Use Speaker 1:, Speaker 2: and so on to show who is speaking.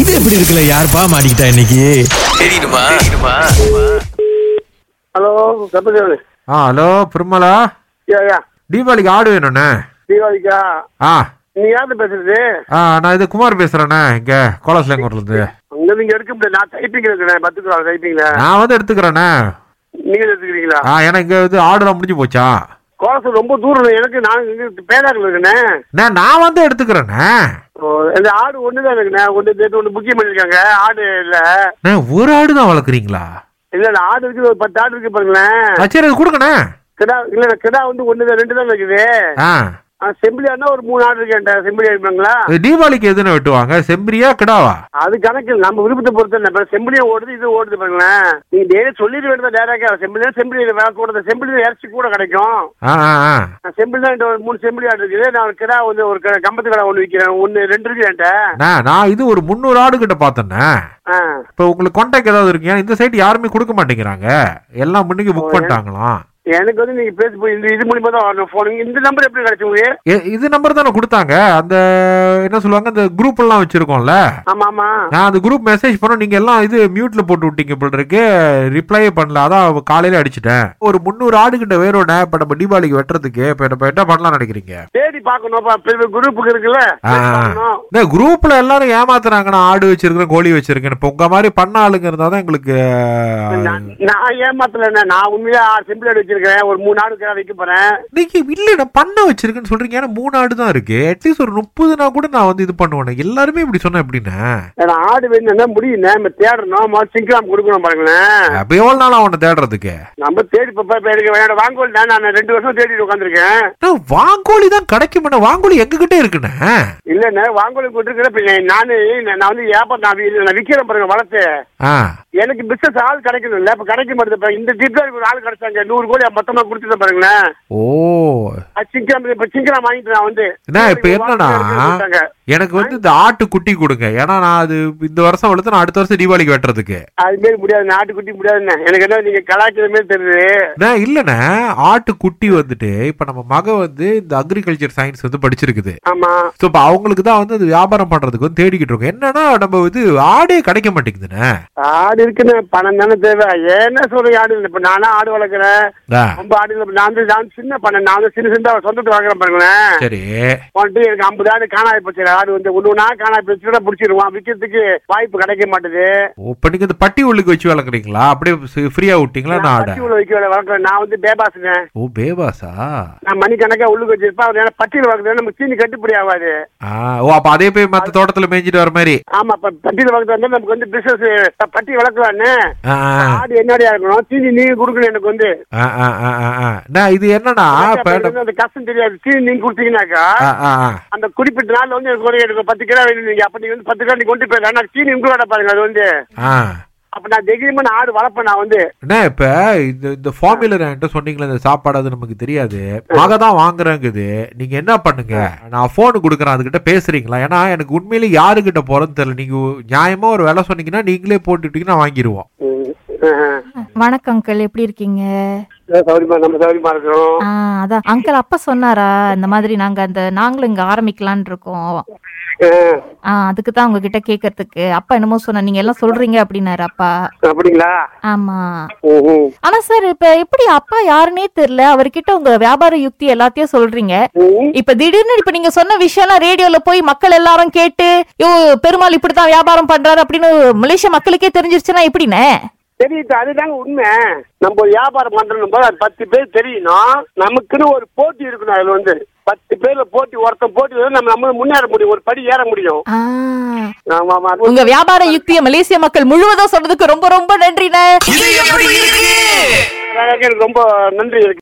Speaker 1: இது எப்படி இருக்குல்ல யாருப்பா மாட்டிக்கிட்டா இன்னைக்கு
Speaker 2: தெரியுமா
Speaker 3: ஹலோ கப்பதேவி
Speaker 4: ஆ ஹலோ பெருமலா
Speaker 3: யா யா
Speaker 4: தீபாவளிக்கு ஆடு வேணுண்ணே
Speaker 3: தீபாவளிக்கா
Speaker 4: ஆ
Speaker 3: நீ யாரு பேசுறது
Speaker 4: ஆ நான் இது குமார் பேசுகிறேண்ணே இங்கே கோலஸ்லேங்கூர்லேருந்து
Speaker 3: அங்க நீங்க எடுக்க முடியாது நான் டைப்பிங் இருக்கிறேன் பத்து ரூபா டைப்பிங்ல
Speaker 4: நான் வந்து எடுத்துக்கிறேண்ணே
Speaker 3: நீங்க எடுத்துக்கிறீங்களா
Speaker 4: ஆ ஏன்னா இங்கே இது ஆடுலாம் முடிஞ்சு போச்சா
Speaker 3: கோலசு ரொம்ப தூரம் எனக்கு நான் இங்க பேராக்கில் இருக்கேனே
Speaker 4: அண்ணே நான் வந்து எடுத்துக்கிறேண்ணே
Speaker 3: ஓ, இந்த ஆடு ஒன்று தான் இருக்குண்ணே ஒன்று சேர்த்து ஒன்று புக்கிங் பண்ணியிருக்காங்க ஆடு இல்லை
Speaker 4: அண்ணே ஒரு ஆடு தான் வளர்க்குறீங்களா
Speaker 3: இல்லை இல்லை ஆடு இருக்குது ஒரு பத்து ஆடு இருக்கு பாருங்களேன்
Speaker 4: ஆ சரி அது கொடுங்கண்ணே
Speaker 3: கிடா இல்லை இல்லை, கிடா வந்து ஒன்று தான் ரெண்டு தான் இருக்குது
Speaker 4: ஆ
Speaker 3: ஆ, செம்பிலி ஆடுனா ஒரு மூணு ஆடு இருக்கேன்டா செம்பிலி ஆடுப்பாங்களா
Speaker 4: இது தீபாவளிக்கு எதுன்னு வெட்டுவாங்க செம்பரியா கிடாவா
Speaker 3: அது கணக்கு இல்ல. நம்ம விருப்பத்தை பொறுத்து இல்லை இப்போ செம்பிலியும் ஓடுது இது ஓடுது பாருங்களேன் நீங்க டெய்லி சொல்லிட்டு வேண்டியது டேரக்டா செம்பிலியா செம்பிலி வேலை கூட செம்பிலி இறச்சி கூட கிடைக்கும்
Speaker 4: ஆ ஆ ஆ
Speaker 3: நான் செம்பிலி தான் என்கிட்ட ஒரு மூணு செம்பிலி ஆடு இருக்குது நான் ஒரு கிடா வந்து ஒரு க- கம்பத்து கடை ஒன்று விற்கிறேன் ஒன்று ரெண்டு இருக்கு என்கிட்ட
Speaker 4: அண்ணே நான் இது ஒரு முந்நூறு ஆடு கிட்ட பார்த்தேண்ணே
Speaker 3: ஆ
Speaker 4: இப்போ உங்களுக்கு கான்டாக்ட் ஏதாவது இருக்கீங்க இந்த சைட் யாருமே கொடுக்க மாட்டேங்கிறாங்க எல்லாம் முன்னுக்கு புக் பண்ணிட்டாங்களாம்
Speaker 3: எனக்கு வந்து நீங்க பேசி போய் இந்த இது மூலியமா தான் வரணும் ஃபோன் இந்த நம்பர் எப்படி கிடைச்சு உங்களுக்கு
Speaker 4: ஏ, இது நம்பர் தானே கொடுத்தாங்க அந்த என்ன சொல்லுவாங்க அந்த குரூப் எல்லாம் வச்சிருக்கோம்ல
Speaker 3: ஆமா ஆமா
Speaker 4: நான் அந்த குரூப் மெசேஜ் பண்ணோம் நீங்க எல்லாம் இது மியூட்ல போட்டு விட்டீங்க போல இருக்கு ரிப்ளையே பண்ணல அதான் அவ காலையில அடிச்சிட்டேன் ஒரு முந்நூறு ஆடுகிட்ட வேணும்னே இப்ப நம்ம தீபாவளிக்கு வெட்டுறதுக்கு இப்ப நம்ம என்ன பண்ணலாம் நினைக்கிறீங்க
Speaker 3: தேடி பார்க்கணும் குரூப்புக்கு இருக்குல்ல தேடி பார்க்கணும்.
Speaker 4: இந்த குரூப்ல எல்லாரும் ஏமாத்துறாங்க நான் ஆடு வச்சிருக்கேன் கோழி வச்சிருக்கேன் இப்ப உங்க மாதிரி பண்ண ஆளுங்க இருந்தாதான் எங்களுக்கு
Speaker 3: நான் நான் ஏமாத்தலண்ணே நான் உண்மையா செம்பிள் ஆடு வச்சிருக்கேன் ஒரு மூணு ஆடு கிடா வைக்க போறேன்
Speaker 4: நீங்க இல்ல நான் பண்ண வச்சிருக்கேன்னு சொல்றீங்க ஏன்னா மூணு ஆடு தான் இருக்கு அட்லீஸ்ட் ஒரு முப்பதுனா கூட நான் வந்து இது பண்ணுவேன் எல்லாருமே இப்படி சொன்னா எப்படின்னா
Speaker 3: ஏன்னா ஆடு வேணும்னா முடியுண்ணே நம்ம தேடணும் முதல்ல சிங்கிராம் கொடுக்கணும் பாருங்களேன்
Speaker 4: அப்ப எவ்வளவு நாள் அவனை தேடுறதுக்கு
Speaker 3: நம்ம தேடி பாப்பா இப்ப எனக்கு என்னோட வாங்கோல் தான் நான் ரெண்டு வருஷம் தேடிட்டு உட்காந்துருக்கேன்
Speaker 4: நான் வாங்கோலி தான் கிடைக்குமே வாங்கோலி எங்ககிட்ட இருக்குண்ணே
Speaker 3: இல்லண்ணே வாங்கோல் கொடுத்துருக்கிற பின்ன நானு நான் வந்து ஏப்பம் நான் வி- நான் விற்கிறேன் பாருங்க வளர்த்து
Speaker 4: ஆ
Speaker 3: எனக்கு பிசினஸ் ஆள் கிடைக்கணும் இல்ல இப்ப கிடைக்க மாட்டேது இப்ப இந்த டிப்ளாக்கு ஒரு ஆள் கிடைச்சாங்க நூறு கோடி மொத்தமா கொடுத்துட்டு பாருங்களேன்
Speaker 4: ஓ
Speaker 3: அது சிங்கிராம் இப்ப சிங்கிராம் வாங்கிட்டு நான் வந்து
Speaker 4: என்ன இப்ப என்னன்னா
Speaker 3: கொடுத்தாங்க.
Speaker 4: எனக்கு வந்து இந்த ஆட்டு குட்டி கொடுங்க ஏன்னா நான் அது இந்த வருஷம் வளர்த்து நான் அடுத்த வருஷம் தீபாவளிக்கு வெட்டுறதுக்கு
Speaker 3: அது மாரி முடியாது நாட்டுக்குட்டி முடியாதுண்ணே எனக்கு என்ன நீங்க கலாய்க்கிற மாதிரி தெரியுது
Speaker 4: நான் இல்லைண்ணே ஆட்டு குட்டி வந்துட்டு இப்ப நம்ம மக வந்து இந்த அக்ரிகல்ச்சர் சயின்ஸ் வந்து படிச்சிருக்குது
Speaker 3: ஆமா
Speaker 4: ஸோ இப்போ அவங்களுக்கு தான் வந்து அது வியாபாரம் பண்றதுக்கு வந்து தேடிக்கிட்டு இருக்கோம் என்னன்னா நம்ம இது ஆடே கிடைக்க மாட்டேங்குதுண்ணே
Speaker 3: ஆடு இருக்குண்ணே பணம் தானே தேவை ஏன்னா சொல்றீங்க ஆடு இல்லை இப்ப நானா ஆடு வளர்க்குறேன்
Speaker 4: இந்தா,
Speaker 3: ரொம்ப ஆடு இல்லை நான் வந்து நான் சின்ன பண்ணேன் நான் வந்து சின்ன சின்ன சொந்தத்துக்கு வாங்குறேன் பாருங்களேன்
Speaker 4: சரி
Speaker 3: வந்துட்டு எனக்கு ஐம்பது ஆடு காணாய் போச்சு ஆடு வந்து ஒன்று ஒன்றா காணாய் போச்சுன்னா பிடிச்சிருவான் விற்கிறதுக்கு வாய்ப்பு கிடைக்க மாட்டேது
Speaker 4: ஓ, இப்ப நீங்க இந்த பட்டி உள்ளுக்கு வச்சு வளர்க்குறீங்களா அப்படியே ஃப்ரீயா விட்டீங்களா நான் ஆட
Speaker 3: பட்டி உள்ள வைக்க வேலை வளர்க்குறேன் நான் வந்து பேபாசுனேன்
Speaker 4: ஓ பேபாசா
Speaker 3: நான் மணிக்கணக்கா உள்ளுக்கு வச்சிருப்பேன் அவர் ஏன்னா பட்டியில் வளர்க்குறது நம்ம சீனி கட்டுப்படி ஆகாது
Speaker 4: ஆ ஓ அப்ப அதே போய் மத்த தோட்டத்துல மேய்ஞ்சிட்டு வர மாதிரி
Speaker 3: ஆமா இப்ப பட்டியில் வளர்க்குறது வந்து நமக்கு வந்து பிசினஸ் பட்டி வளர்க்கலான்னு
Speaker 4: ஆ, ஆ,
Speaker 3: ஆடு என்னடியா இருக்கணும் சீனி நீங்க கொடுக்கணும் எனக்கு வந்து
Speaker 4: ஆ, ஆ, ஆ, ஆ, ஆ. நான் இது என்னன்னா இப்ப
Speaker 3: எனக்கு
Speaker 4: நம்ம-
Speaker 3: வந்து அந்த கஷ்டம் தெரியாது சீனி நீங்க கொடுத்தீங்கன்னாக்கா
Speaker 4: ஆ, ஆ, ஆ.
Speaker 3: அந்த குறிப்பிட்ட நாள் வந்து எனக்கு ஒரு எனக்கு பத்து கிலோ வேணும் நீங்க அப்ப நீங்க வந்து பத்து கிலோ நீங்க கொண்டு போயிடலாம் ஆனா சீனி உங்களுக்கு பாருங்க அது வந்து
Speaker 4: ஆ.
Speaker 3: அப்ப நான் தைரியமா நான் ஆடு வளர்ப்பேன் நான் வந்து
Speaker 4: அண்ணா, இப்ப இந்த இந்த formula என்கிட்ட சொன்னீங்களே இந்த சாப்பாடு அது நமக்கு தெரியாது மக தான் வாங்குறேங்குது நீங்க என்ன பண்ணுங்க நான் போன் கொடுக்குறேன் அதுகிட்ட பேசுறீங்களா ஏன்னா எனக்கு உண்மையிலே யாருகிட்ட போறதுன்னு தெரியல நீங்க நியாயமா ஒரு விலை சொன்னீங்கன்னா நீங்களே போட்டுட்டீங்கன்னா வாங்கிடுவோம்
Speaker 5: வணக்கம் அங்கிள் எப்படி இருக்கீங்க
Speaker 3: சௌரியமா நம்ம சௌரியமா இருக்கிறோம்
Speaker 5: ஆ, அதான் அங்கிள் அப்பா சொன்னாரா இந்த மாதிரி நாங்க அந்த நாங்களும் இங்க ஆரம்பிக்கலாம்னு இருக்கோம்
Speaker 3: ஆஹ்,
Speaker 5: ஆ, அதுக்கு தான் உங்ககிட்ட கேக்குறதுக்கு அப்பா என்னமோ சொன்னார் நீங்க எல்லாம் சொல்றீங்க அப்படின்னாரு அப்பா
Speaker 3: அப்படிங்களா
Speaker 5: ஆமா
Speaker 3: ஹம், ஹம்.
Speaker 5: ஆனா சார் இப்ப எப்படி அப்பா யாருன்னே தெரியல அவர்கிட்ட உங்க வியாபார யுக்தி எல்லாத்தையும் சொல்றீங்க
Speaker 3: ஹம்.
Speaker 5: இப்ப திடீர்னு இப்ப நீங்க சொன்ன விஷயம்லாம் ரேடியோல போய் மக்கள் எல்லாரும் கேட்டு யோ பெருமாள் இப்படித்தான் வியாபாரம் பண்றாரு அப்படின்னு மலேசிய மக்களுக்கே தெரிஞ்சிருச்சுன்னா எப்படிண்ணே
Speaker 3: சரி இது அதுதாங்க உண்மை நம்ம ஒரு வியாபாரம் பண்றோம் போது அது பத்து பேர் தெரியணும் நமக்குன்னு ஒரு போட்டி இருக்கணும் அதுல வந்து பத்து பேர்ல போட்டி ஒருத்தன் போட்டி வந்தா நம்ம நம்ம முன்னேற முடியும் ஒரு படி ஏற முடியும்
Speaker 5: ஆ,
Speaker 3: ஆமா ஆமா
Speaker 5: உங்க வியாபார யுக்தியை மலேசிய மக்கள் முழுவதும் சொன்னதுக்கு ரொம்ப ரொம்ப நன்றிண்ணே
Speaker 2: இது எப்படி இருக்கு
Speaker 3: எனக்கு ரொம்ப நன்றி இருக்கு